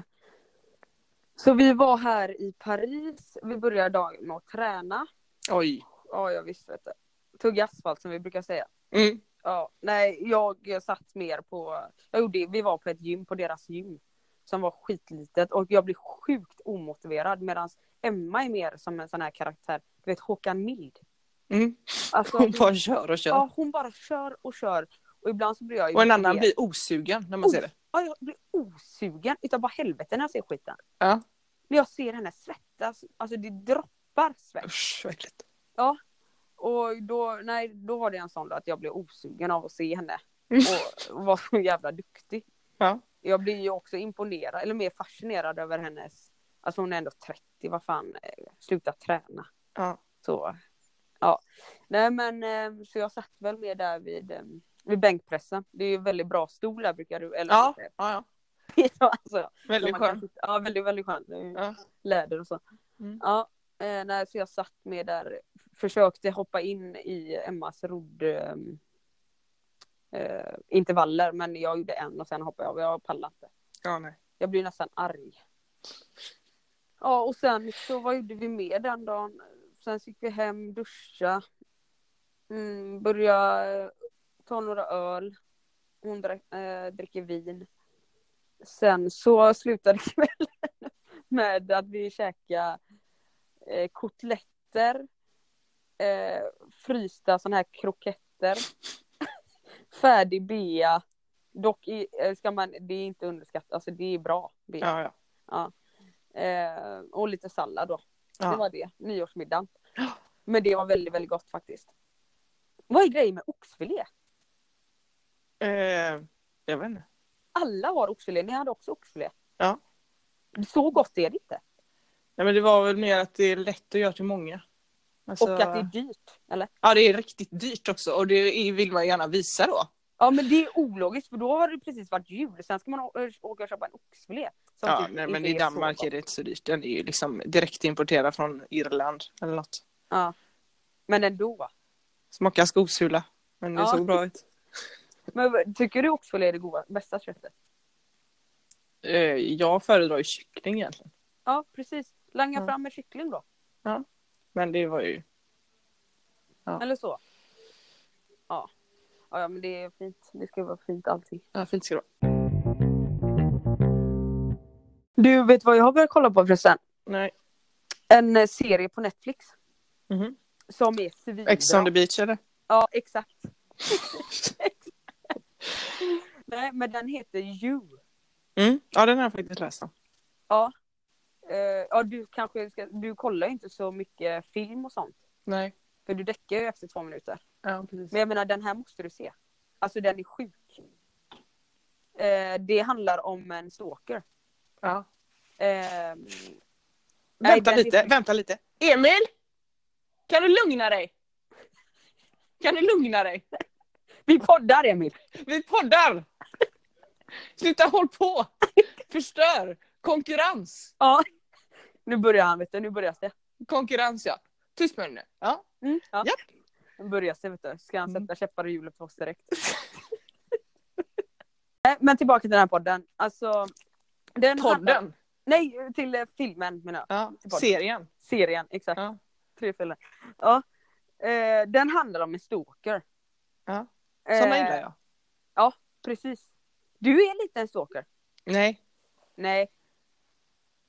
S1: så vi var här i Paris. Vi började dagen med att träna.
S2: Oj.
S1: Ja, jag visste vet du. Tugga asfalt som vi brukar säga.
S2: Mm.
S1: Ja, nej, jag satt mer på, jag gjorde, vi var på ett gym, på deras gym. Som var skitlitet och jag blev sjukt omotiverad medan Emma är mer som en sån här karaktär, du vet Håkan Mild.
S2: Mm.
S1: Alltså,
S2: Hon bara kör och kör.
S1: ja, hon bara kör och kör. Och ibland så blir jag ju
S2: och en annan
S1: irriterad.
S2: blir osugen när man ser det.
S1: Ja, jag blir osugen utav bara helvete när jag ser skiten.
S2: Ja.
S1: När jag ser henne svettas, alltså det droppar svett.
S2: Usch, vad äckligt.
S1: Och då, nej, då var det en sån då att jag blev osugen av att se henne. Och var så jävla duktig.
S2: Mm. Ja.
S1: Jag blir ju också imponerad, eller mer fascinerad över hennes... Alltså hon är ändå 30, vad fan, eh, sluta träna.
S2: Ja.
S1: Så, ja. Nej men, eh, så jag satt väl med där vid, eh, vid bänkpressen. Det är ju väldigt bra stol där brukar du, eller
S2: Ja, ja, ja.
S1: ja, alltså,
S2: Väldigt
S1: man kan
S2: skönt.
S1: sitta- Ja, väldigt, väldigt skönt. Det är ju
S2: Ja.
S1: Läder och så.
S2: Mm.
S1: Ja, eh, nej, så jag satt med där, försökte hoppa in i Emmas rodd... Eh, eh, intervaller, men jag gjorde en och sen hoppade jag av. Jag pallade inte.
S2: Ja, nej.
S1: Jag blir nästan arg. Ja, och sen så vad gjorde vi mer den dagen? Sen gick vi hem, duscha. Mm, börja ta några öl. Hon drack, eh, dricker vin. Sen så slutade kvällen med att vi käkade eh, kotletter. Eh, frysta sådana här kroketter. Färdig bea. Dock i, eh, ska man, det är inte underskattat, alltså det är bra. bea.
S2: Ja, ja.
S1: Eh, och lite sallad då. Det
S2: ja.
S1: var det, nyårsmiddagen. Men det var väldigt, väldigt gott faktiskt. Vad är grejen med oxfilé?
S2: Eh, jag vet inte.
S1: Alla har oxfilé, ni hade också oxfilé.
S2: Ja.
S1: Så gott är det inte.
S2: Nej, men det var väl mer att det är lätt att göra till många. Alltså-
S1: Och att det är dyrt. Eller?
S2: Ja, det är riktigt dyrt också och det är- vill man gärna visa då.
S1: Ja men det är ologiskt för då har det precis varit jul. Sen ska man å- åka och köpa en oxfilé. som
S2: Ja,
S1: typ
S2: nej, men
S1: inte
S2: i
S1: är så
S2: Danmark
S1: gott.
S2: är det inte så dyrt. Den är ju liksom direkt importerad från Irland eller något.
S1: Ja. Men ändå.
S2: Smakar skosula. Men det
S1: Ja.
S2: såg bra ut.
S1: Men vad- tycker du oxfilé är det goda, bästa köttet?
S2: Eh, jag föredrar ju kyckling egentligen.
S1: Ja precis. Langa
S2: Ja.
S1: fram en kyckling då.
S2: Men det var ju... Ja.
S1: Eller så. Ja. ja. Ja men det är fint. Det ska vara fint allting.
S2: Ja, fint ska det vara.
S1: Du vet vad jag har börjat kolla på förresten?
S2: Nej.
S1: En eh, serie på Netflix.
S2: Mhm.
S1: Som är svinbra.
S2: Ex on the beach eller?
S1: Ja, exakt. Nej, men den heter You.
S2: Mm. Ja, den har jag faktiskt läst om.
S1: Eh, ja, du kanske ska, du kollar ju inte så mycket film och sånt.
S2: Nej.
S1: För du däckar ju efter två minuter.
S2: Ja, precis.
S1: Men jag menar, den här måste du se. Alltså den är sjuk. Eh, det handlar om en stalker.
S2: Ja.
S1: Eh,
S2: Vänta
S1: den är
S2: lite,
S1: sjuk.
S2: vänta lite. Emil! Kan du lugna dig? Kan du lugna dig?
S1: vi poddar Emil!
S2: Vi poddar! Sluta håll på! Förstör! Konkurrens!
S1: Ja. Nu börjar han vet du, nu börjar det.
S2: Konkurrens ja. Tyst med dig nu. Ja.
S1: Mm, ja.
S2: Japp.
S1: Nu börjar det vet du. Ska han sätta
S2: Mm.
S1: käppar i hjulet för oss direkt. Nej, Men tillbaka till den här podden. Alltså, den handlar-
S2: Podden.
S1: Nej, till eh, filmen menar jag.
S2: Ja.
S1: Podden.
S2: Serien.
S1: Serien, exakt.
S2: Ja.
S1: Tre filmer. Ja. Eh, den handlar om en stalker.
S2: Ja. Såna
S1: Eh,
S2: gillar jag.
S1: Precis. Du är lite en stalker.
S2: Nej.
S1: Nej.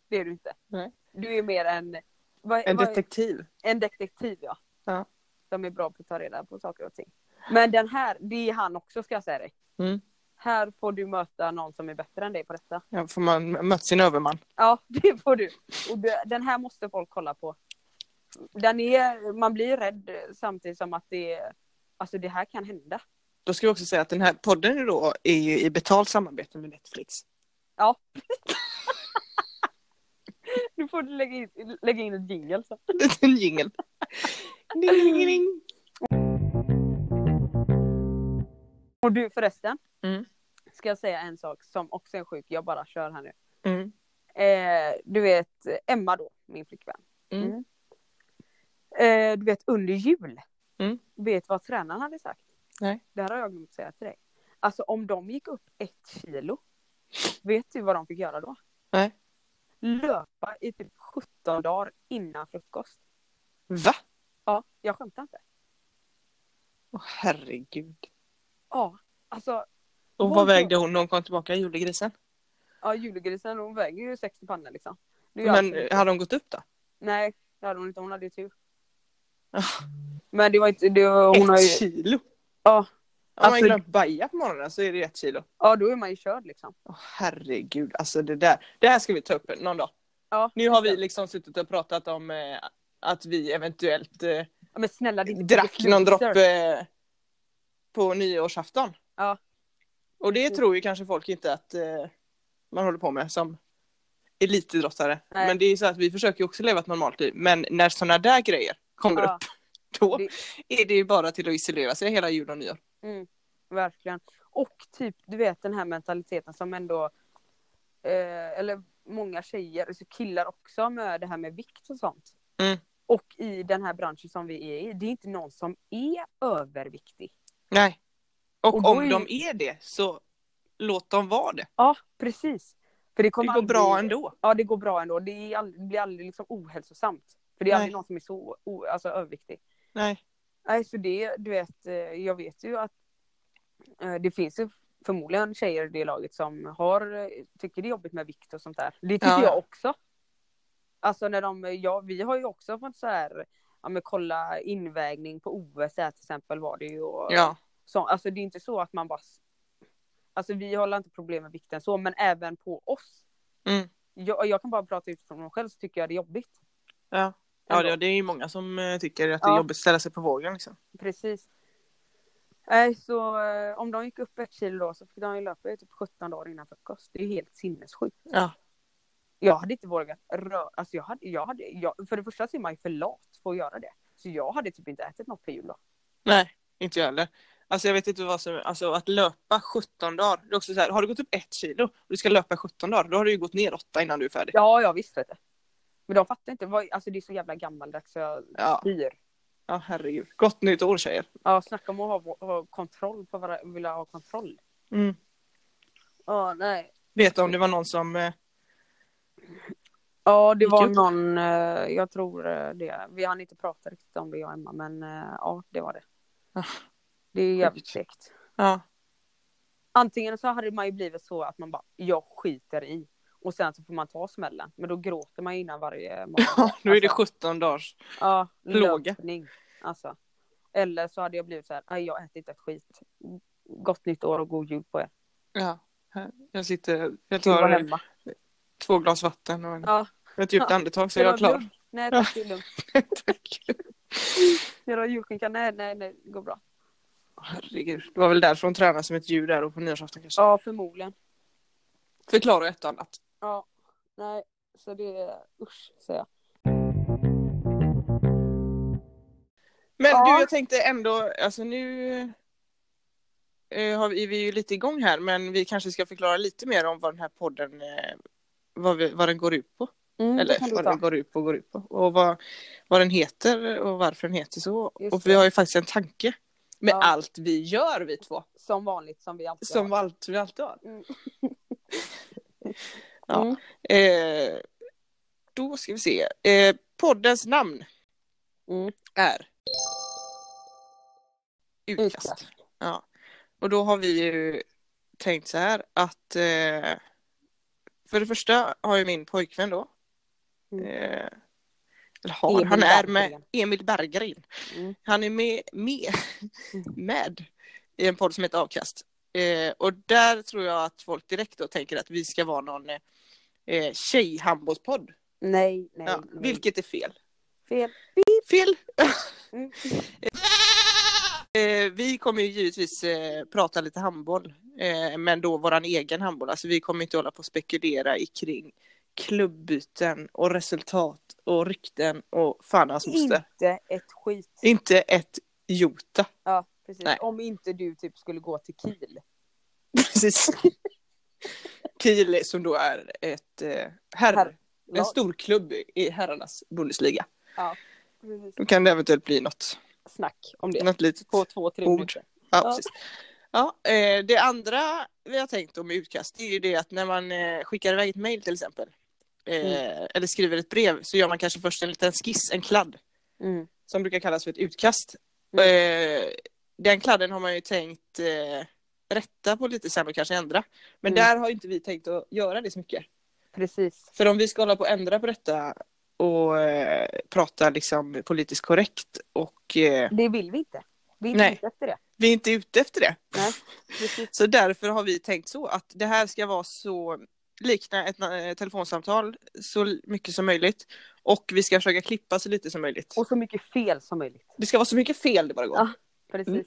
S1: Det är du inte.
S2: Nej.
S1: Du är mer en... vad-
S2: En
S1: vad-
S2: detektiv.
S1: en detektiv ja.
S2: Ja.
S1: De är bra på att ta reda på saker och ting. Men den här, det är han också ska jag säga dig.
S2: Mm.
S1: Här får du möta någon som är bättre än dig på detta.
S2: Ja, får man mött sin överman.
S1: Ja, det får du. Och det, den här måste folk kolla på. Den är, man blir rädd samtidigt som att det, alltså det här kan hända.
S2: Då ska vi också säga att den här podden då är ju i betalt samarbete med Netflix.
S1: Nu får du lägga in, lägga in ett jingle så.
S2: liten jingel. Ding, ding, ding.
S1: Och du förresten.
S2: Mm.
S1: Ska jag säga en sak som också är sjuk, jag bara kör här nu.
S2: Mm.
S1: Eh, du vet Emma då, min flickvän.
S2: Mm.
S1: Eh, du vet under jul.
S2: Mm.
S1: Vet vad tränaren hade sagt?
S2: Nej.
S1: Det här har jag glömt säga till dig. Alltså om de gick upp ett kilo. Vet du vad de fick göra då?
S2: Nej.
S1: Löpa i typ 17 dagar innan frukost.
S2: Va?
S1: Ja, jag skämtar inte.
S2: Åh herregud.
S1: Ja, alltså
S2: Och vad vägde hon när hon kom tillbaka, julegrisen?
S1: ja, julgrisen hon väger ju 60 pannor liksom. Det är ju
S2: Men
S1: alltså inte-
S2: hade hon gått upp då?
S1: Nej, det hade hon inte. Hon hade ju tur.
S2: Ah.
S1: Men det var inte, det var, hon har ju,
S2: Ett kilo?
S1: Ja.
S2: Om man
S1: Alltså-
S2: glömt baja på morgonen så är det ju ett kilo.
S1: ja då är man ju körd liksom.
S2: Åh herregud, alltså det där. Det här ska vi ta upp någon dag.
S1: Ja,
S2: Nu har vi liksom suttit och pratat om eh, att vi eventuellt eh,
S1: Ja, men snälla det är inte
S2: drack
S1: biggest
S2: någon
S1: loser.
S2: droppe eh, på nyårsafton.
S1: Ja.
S2: Och
S1: Mm.
S2: det tror ju kanske folk inte att eh, man håller på med som elitidrottare.
S1: Nej.
S2: Men det är ju så att vi försöker ju också leva ett normalt liv. Men när sådana där grejer kommer
S1: Ja.
S2: upp, då
S1: Det-
S2: är det ju bara till att isolera sig hela jul och nyår.
S1: Mm. Verkligen. Och typ, du vet den här mentaliteten som ändå, eh, eller många tjejer, alltså killar också med det här med vikt och sånt.
S2: Mm.
S1: Och i den här branschen som vi är i, det är inte någon som är överviktig.
S2: Nej. Och,
S1: Och då
S2: om
S1: är ju-
S2: de är det, så låt dem vara det.
S1: Ja, precis. För det
S2: Det
S1: kommer
S2: går bra
S1: aldrig-
S2: ändå.
S1: Ja, det går bra ändå. Det, är aldrig, det blir aldrig liksom ohälsosamt. För det är
S2: Nej.
S1: aldrig någon som är så o, alltså, överviktig.
S2: Nej.
S1: Nej, så det, du vet, eh, jag vet ju att eh, det finns ju förmodligen tjejer i det laget som har, eh, tycker det är jobbigt med vikt och sånt där. Det tycker
S2: Ja.
S1: jag också. Alltså när de, ja vi har ju också fått så här, ja men kolla invägning på OS här till exempel var det ju. Och,
S2: Ja.
S1: så, alltså det är inte så att man bara... Alltså vi har inte problem med vikten så, men även på oss.
S2: Mm.
S1: Jag, jag kan bara prata utifrån mig själv så tycker jag det är jobbigt.
S2: Ja. Ja,
S1: Ändå.
S2: det, det är ju många som eh, tycker att det är
S1: Ja.
S2: jobbigt att ställa sig på vågen. Liksom.
S1: Precis. Nej, så eh, om de gick upp ett kilo då så fick de ju löpa i typ 17 dagar innan frukost. Det är ju helt sinnessjukt.
S2: Ja.
S1: Jag hade inte vågat röra, alltså jag hade, jag hade, jag, för det första så är man ju för lat för att göra det. Så jag hade typ inte ätit något på jul då.
S2: Nej, inte jag heller. Alltså jag vet inte vad som, alltså att löpa 17 dagar, det är också så här, har du gått upp ett kilo och du ska löpa 17 dagar, då har du ju gått ner åtta innan du är färdig.
S1: Ja, jag visste det. Men de fattar inte, vad, alltså det är så jävla gammaldags så jag
S2: Ja.
S1: spyr.
S2: Ja, herregud. Gott nytt år tjejer.
S1: Ja, snacka om att ha, ha kontroll på vad vilja ha kontroll.
S2: Mm.
S1: Ja, nej.
S2: Vet du om det var någon som, eh,
S1: Ja, det
S2: Gick
S1: var
S2: upp.
S1: någon, eh, jag tror eh, det. Vi hann inte prata riktigt om det jag och Emma, men eh, ja, det var det.
S2: Ah.
S1: Det är jävligt segt.
S2: ja,
S1: Antingen så hade man ju blivit så att man bara, jag skiter i. Och sen så får man ta smällen, men då gråter man ju innan varje morgon.
S2: nu är det
S1: Alltså,
S2: 17 dagars
S1: Ja,
S2: Plåga.
S1: löpning. Alltså. Eller så hade jag blivit så här, nej jag äter inte ett skit. Gott nytt år och god jul på er.
S2: Ja, här. jag sitter, jag
S1: Du var
S2: tar
S1: hemma.
S2: två glas vatten och en,
S1: Ja.
S2: ett djupt andetag så är
S1: Vill du
S2: jag
S1: ha
S2: klar.
S1: glögg? Nej tack, det är lugnt.
S2: Tack.
S1: Vill du ha julskinka? Nej, nej, nej, det går bra.
S2: Herregud, det var väl därför hon tränade som ett djur där och på nyårsafton kanske.
S1: Ja, förmodligen.
S2: Förklara ett och annat.
S1: Ja, nej, så det är usch säger jag.
S2: Men
S1: Ja.
S2: du, jag tänkte ändå, alltså nu eh, har vi, vi är ju lite igång här, men vi kanske ska förklara lite mer om vad den här podden, eh, vad, vi, vad den går ut på.
S1: Mm, det kan
S2: Eller
S1: du
S2: vad den
S1: ta.
S2: går ut på, går ut på. Och vad, vad den heter och varför den heter så.
S1: Just
S2: och vi
S1: det.
S2: har ju faktiskt en tanke med
S1: Ja.
S2: allt vi gör vi två.
S1: Som vanligt som vi alltid
S2: Som
S1: har.
S2: allt vi alltid har.
S1: Mm.
S2: Ja.
S1: Mm.
S2: Eh, då ska vi se. Eh, poddens namn
S1: Mm.
S2: är Utkast.
S1: Utkast.
S2: Ja. Och då har vi ju tänkt så här att eh, för det första har ju min pojkvän då
S1: Mm.
S2: eh, eller har,
S1: Emil
S2: han är med
S1: Berggren.
S2: Emil Berggren.
S1: Mm.
S2: Han är med, med,
S1: Mm.
S2: med i en podd som heter Avkast. Eh, och där tror jag att folk direkt då tänker att vi ska vara någon eh, eh, tjejhandbollspodd.
S1: Nej, nej,
S2: Ja,
S1: nej.
S2: vilket är fel.
S1: Fel.
S2: Fel!
S1: Mm.
S2: Eh, vi kommer ju givetvis eh, prata lite handboll, eh, men då våran egen handboll. Alltså vi kommer inte hålla på och spekulera i kring klubbyten och resultat och rykten och fan hans moster.
S1: Inte ett skit.
S2: Inte ett jota.
S1: Ja, precis.
S2: Nej.
S1: Om inte du typ skulle gå till Kiel.
S2: Precis. Kiel som då är ett eh, herr,
S1: Herr-
S2: en stor klubb i- i herrarnas Bundesliga.
S1: Ja, precis.
S2: Då kan det eventuellt bli något,
S1: Snack om det.
S2: något litet.
S1: På två, tre
S2: Ord.
S1: minuter.
S2: Ja,
S1: Ja.
S2: precis. Ja, eh, det andra vi har tänkt om i utkast det är ju det att när man eh, skickar iväg ett mejl till exempel eh, eller skriver ett brev så gör man kanske först en liten skiss, en kladd
S1: Mm.
S2: som brukar kallas för ett utkast. Eh, den kladden har man ju tänkt eh, rätta på lite sen och kanske ändra. Men
S1: Mm.
S2: där har ju inte vi tänkt att göra det så mycket.
S1: Precis.
S2: För om vi ska hålla på och ändra på detta och eh, prata liksom politiskt korrekt och eh,
S1: Det vill vi inte. Vi är
S2: Nej.
S1: inte efter det.
S2: vi är inte ute efter det.
S1: Nej, precis.
S2: Så därför har vi tänkt så att det här ska vara så likna ett eh, telefonsamtal så mycket som möjligt. Och vi ska försöka klippa så lite som möjligt.
S1: Och så mycket fel som möjligt.
S2: Det ska vara så mycket fel det bara går.
S1: Ja, Precis.
S2: Mm.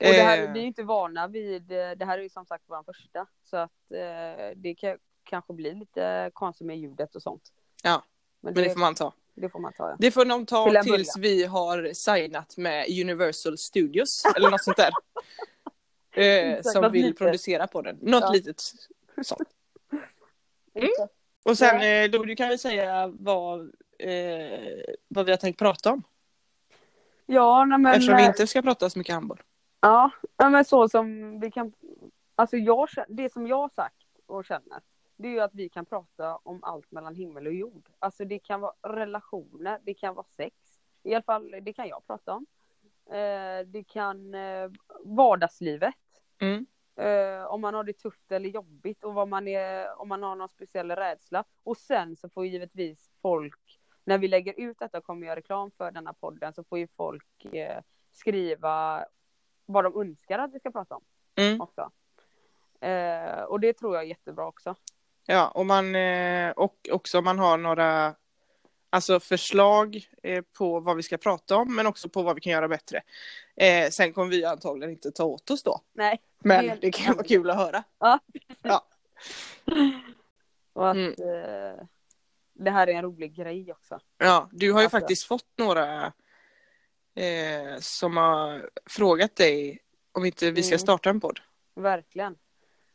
S1: Och det här,
S2: Eh,
S1: vi är ju inte vana vid, eh, det här är ju som sagt vår första. Så att eh, det kan, kanske blir lite konstigt med ljudet och sånt.
S2: Ja,
S1: Men det,
S2: Men det får man ta.
S1: det får man ta ja.
S2: Det får någon
S1: Till
S2: ta
S1: en
S2: tills vi har signat med Universal Studios eller något sånt där. Eh,
S1: Exakt,
S2: som
S1: något
S2: vill
S1: litet.
S2: producera på den. Något
S1: Ja.
S2: litet sånt.
S1: Mm.
S2: Och sen eh, då, du kan väl säga vad, eh, vad vi har tänkt prata om.
S1: Ja, nej, men,
S2: Eftersom vi
S1: eh,
S2: inte ska prata så mycket handboll.
S1: Ja, ja, men så som vi kan... Alltså jag, kä- det som jag har sagt och känner, det är ju att vi kan prata om allt mellan himmel och jord. Alltså det kan vara relationer, det kan vara sex. I alla fall, det kan jag prata om. Eh, det kan eh, vardagslivet.
S2: Mm.
S1: Eh, om man har det tufft eller jobbigt och vad man är, om man har någon speciell rädsla. Och sen så får givetvis folk, när vi lägger ut detta och kommer göra reklam för denna podden, så får ju folk eh, skriva vad de önskar att vi ska prata om
S2: Mm.
S1: också. Eh, och det tror jag är jättebra också.
S2: Ja, och, man, eh, och också om man har några Alltså förslag eh, på vad vi ska prata om men också på vad vi kan göra bättre. Eh, sen kommer vi antagligen inte ta åt oss då.
S1: Nej.
S2: Men
S1: Helt Mm.
S2: det kan vara kul att höra.
S1: Och att
S2: Mm.
S1: eh, det här är en rolig grej också.
S2: Ja, du har ju
S1: Alltså.
S2: faktiskt fått några eh, som har frågat dig om inte vi ska
S1: Mm.
S2: starta en podd.
S1: Verkligen.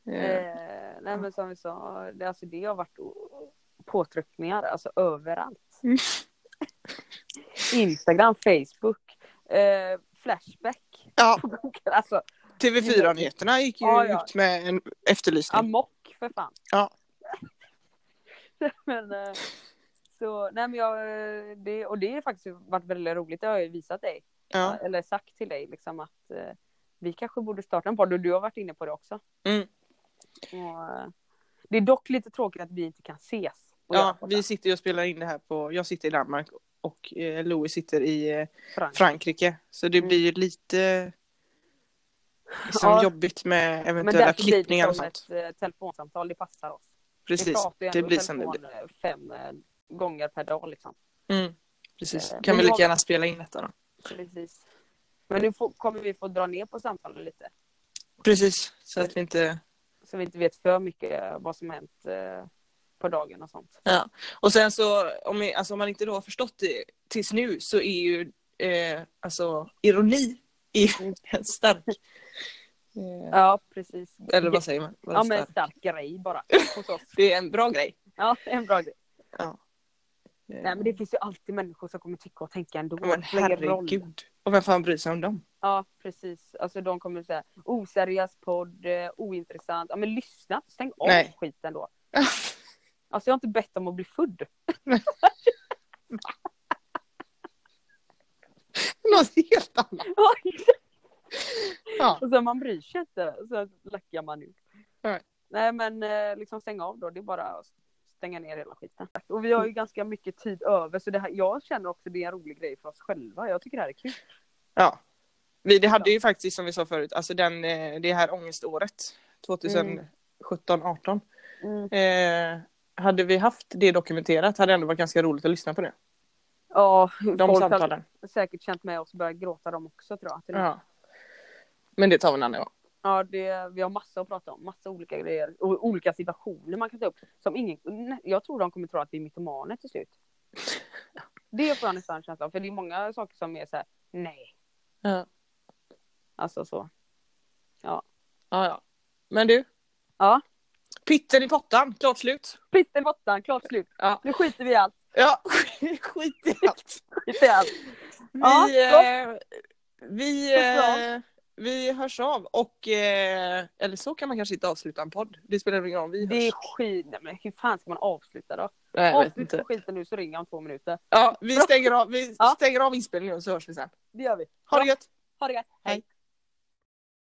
S2: Eh,
S1: Eh, nej men som vi sa, det, alltså, det har varit o- påtryckningar alltså överallt.
S2: Mm.
S1: Instagram, Facebook, eh, Flashback.
S2: Ja,
S1: Alltså
S2: TV4-nyheterna gick ju
S1: Ja, ja.
S2: ut med en efterlysning.
S1: amok för fan.
S2: Ja.
S1: men, eh, så, nej men jag, eh, det, och det har faktiskt varit väldigt roligt, det har jag ju visat dig.
S2: Ja.
S1: Eller sagt till dig liksom att eh, vi kanske borde starta en podd och du har varit inne på det också.
S2: Mm.
S1: Och, eh, det är dock lite tråkigt att vi inte kan ses. och göra
S2: Ja,
S1: poddar.
S2: vi sitter ju och spelar in det här på, jag sitter i Danmark och eh, Louis sitter i eh,
S1: Frank.
S2: Frankrike. Så det
S1: Mm.
S2: blir ju lite liksom,
S1: Ja.
S2: jobbigt med
S1: Men
S2: eventuella
S1: därför blir
S2: klippningar
S1: det
S2: och
S1: som
S2: sånt.
S1: ett eh, telefonsamtal, det passar oss. Vi
S2: Precis,
S1: pratar ju
S2: det
S1: ändå
S2: blir som det
S1: telefon,
S2: blir.
S1: eh, fem eh, gånger per dag liksom.
S2: Mm. Precis,
S1: Eh,
S2: kan
S1: men
S2: vi
S1: jag-
S2: lika gärna spela in detta då.
S1: Precis. Men nu får, kommer vi få dra ner på samtalen lite.
S2: Precis, så att vi inte
S1: Så vi inte vet för mycket eh, vad som hänt eh, på dagen och sånt.
S2: Ja, och sen så om, vi- alltså, om man inte då har förstått det tills nu så är ju eh, alltså ironi är ju
S1: Mm.
S2: en stark. Eh,
S1: Ja, precis.
S2: eller vad säger man? Vad är
S1: Ja, men en
S2: stark?
S1: stark grej bara. Hos oss.
S2: Det är en bra grej.
S1: Ja, en bra grej.
S2: Eh,
S1: Nej, men det finns ju alltid människor som kommer tycka och tänka ändå.
S2: men
S1: Det spelar ingen roll.
S2: herregud. Och vem fan bryr sig om dem?
S1: Ja, precis. Alltså de kommer säga oseriös podd, eh, ointressant. Ja, men lyssna. Stäng av
S2: Nej.
S1: skiten då. Alltså jag har inte bett om att bli född.
S2: Något helt annat. Ja.
S1: och så man bryr sig inte. Så lackar man ut.
S2: Nej.
S1: Nej men eh, liksom stäng av då. Det är bara att stänga ner hela skiten. Och vi har ju
S2: Mm.
S1: ganska mycket tid över så det här, jag känner också det är en rolig grej för oss själva. Jag tycker det här är kul.
S2: ja. Vi, det hade ju faktiskt som vi sa förut, alltså den, eh, det här ångeståret 2017, 18. Eh, hade vi haft det dokumenterat hade det ändå varit ganska roligt att lyssna på det.
S1: Ja,
S2: De
S1: folk
S2: samtalen.
S1: har säkert känt med oss och börjat gråta dem också tror jag. till och med.
S2: Ja. Men det tar vi en annan gång.
S1: Ja, det, vi har massa att prata om, massa olika grejer och olika situationer man kan ta upp. Som ingen, nä- jag tror de kommer tro att vi är mytomaner till slut. Det får jag nästan en känsla av, för det är många saker som är så här, nej,
S2: Ja.
S1: alltså så.
S2: Ja, Men du,
S1: Ja,
S2: pitten i pottan, klart slut.
S1: pitten i botten, klart slut.
S2: Ja.
S1: Nu skiter vi i allt.
S2: Ja, skit i allt.
S1: Skiter i allt.
S2: Vi,
S1: Ja,
S2: eh, vi,
S1: Hörs
S2: eh, vi hörs av och eh, eller så kan man kanske inte avsluta en podd. Det spelar ingen roll om vi
S1: Det är
S2: hörs.
S1: skit, nej, men hur fan ska man avsluta då?
S2: Nej, jag vet
S1: Avsluta
S2: inte.
S1: skiten nu så ringer jag om två minuter.
S2: Ja, vi stänger av, vi
S1: Ja.
S2: stänger av inspelningen och så hörs vi sen.
S1: Det gör vi.
S2: Ha det gött!
S1: Ha det gött.
S2: Hej.